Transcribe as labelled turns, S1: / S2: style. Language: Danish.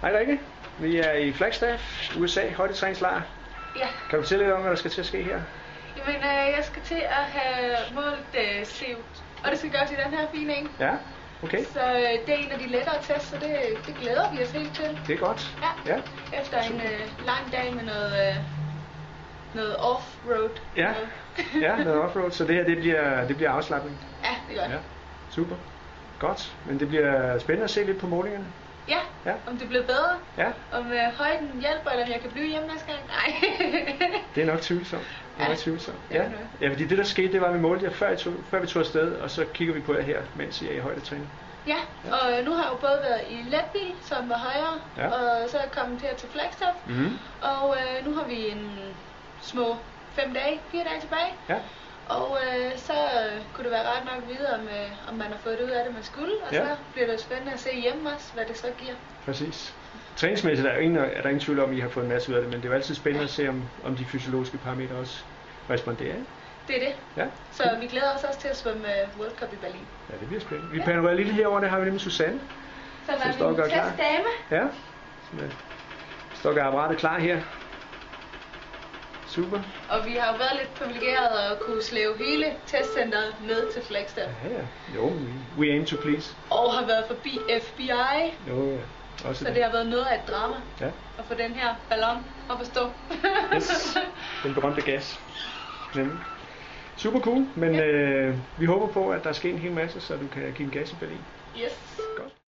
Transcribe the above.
S1: Hej Rikke. Vi er i Flagstaff, USA, højdetræningslejr.
S2: Ja,
S1: Kan du fortælle lidt om, hvad der skal til at ske her?
S2: jamen øh, jeg skal til at have målt øh, CO2, og det skal gøres i den her fine en.
S1: Ja, okay.
S2: Så øh, det er en af de lettere tests, så det, det glæder vi os helt til.
S1: Det er godt.
S2: Ja.
S1: Ja,
S2: Efter en øh, lang dag med noget, øh, noget off-road.
S1: Ja.
S2: Noget.
S1: ja noget offroad, så det her det bliver, det bliver afslappning.
S2: ja, det gør det.
S1: Ja. Super. Godt. Men det bliver spændende at se lidt på målingerne.
S2: Ja.
S1: Ja.
S2: om det bliver bedre,
S1: Ja,
S2: om øh, højden hjælper, eller om jeg kan blive hjemme næste gang. Nej.
S1: det er nok tvivlsomt. Det er
S2: Ja.
S1: nok tvivlsomt.
S2: Det er
S1: Ja.
S2: det.
S1: ja, fordi det der skete, det var, at vi målte jer før, I tog, før vi tog afsted, og så kigger vi på jer her, mens I er i højdetræning.
S2: ja, og øh, nu har jeg jo både været i letbil, som var højere,
S1: Ja.
S2: og så er jeg kommet her til Flagstaff,
S1: Mm-hmm.
S2: Og øh, nu har vi en små fem dage, fire dage tilbage.
S1: Ja.
S2: Og øh, så øh, kunne det være ret nok at vide, om, øh, om man har fået det ud af det, man skulle. Og
S1: Ja.
S2: så bliver det jo spændende at se hjemme også, hvad det så giver.
S1: Præcis. Træningsmæssigt er der, ingen, er der ingen tvivl om, at I har fået en masse ud af det, men det er jo altid spændende at se, om, om de fysiologiske parametre også responderer. ikke?
S2: Det er det.
S1: Ja.
S2: Så vi glæder os også til at svømme øh, World Cup i Berlin.
S1: ja, det bliver spændende. Vi panerer lidt herover, der har vi nemlig Susanne.
S2: Så
S1: Så
S2: er
S1: står vi
S2: min
S1: godt klar.
S2: testdame.
S1: Ja, som er stokker apparatet klar her. Super.
S2: Og vi har jo været lidt privilegeret at kunne slæve hele testcenteret ned til Flagstaff.
S1: Ja, ja. Jo, we- we aim to please.
S2: Og har været forbi FBI.
S1: Jo, ja. Også
S2: Så det har været noget af et drama
S1: Ja.
S2: at få den her ballon op at stå.
S1: Yes. Den berømte gas. Nemlig. Super cool, men øh, vi håber på, at der sker en hel masse, så du kan give en gas i Berlin.
S2: yes.
S1: Godt.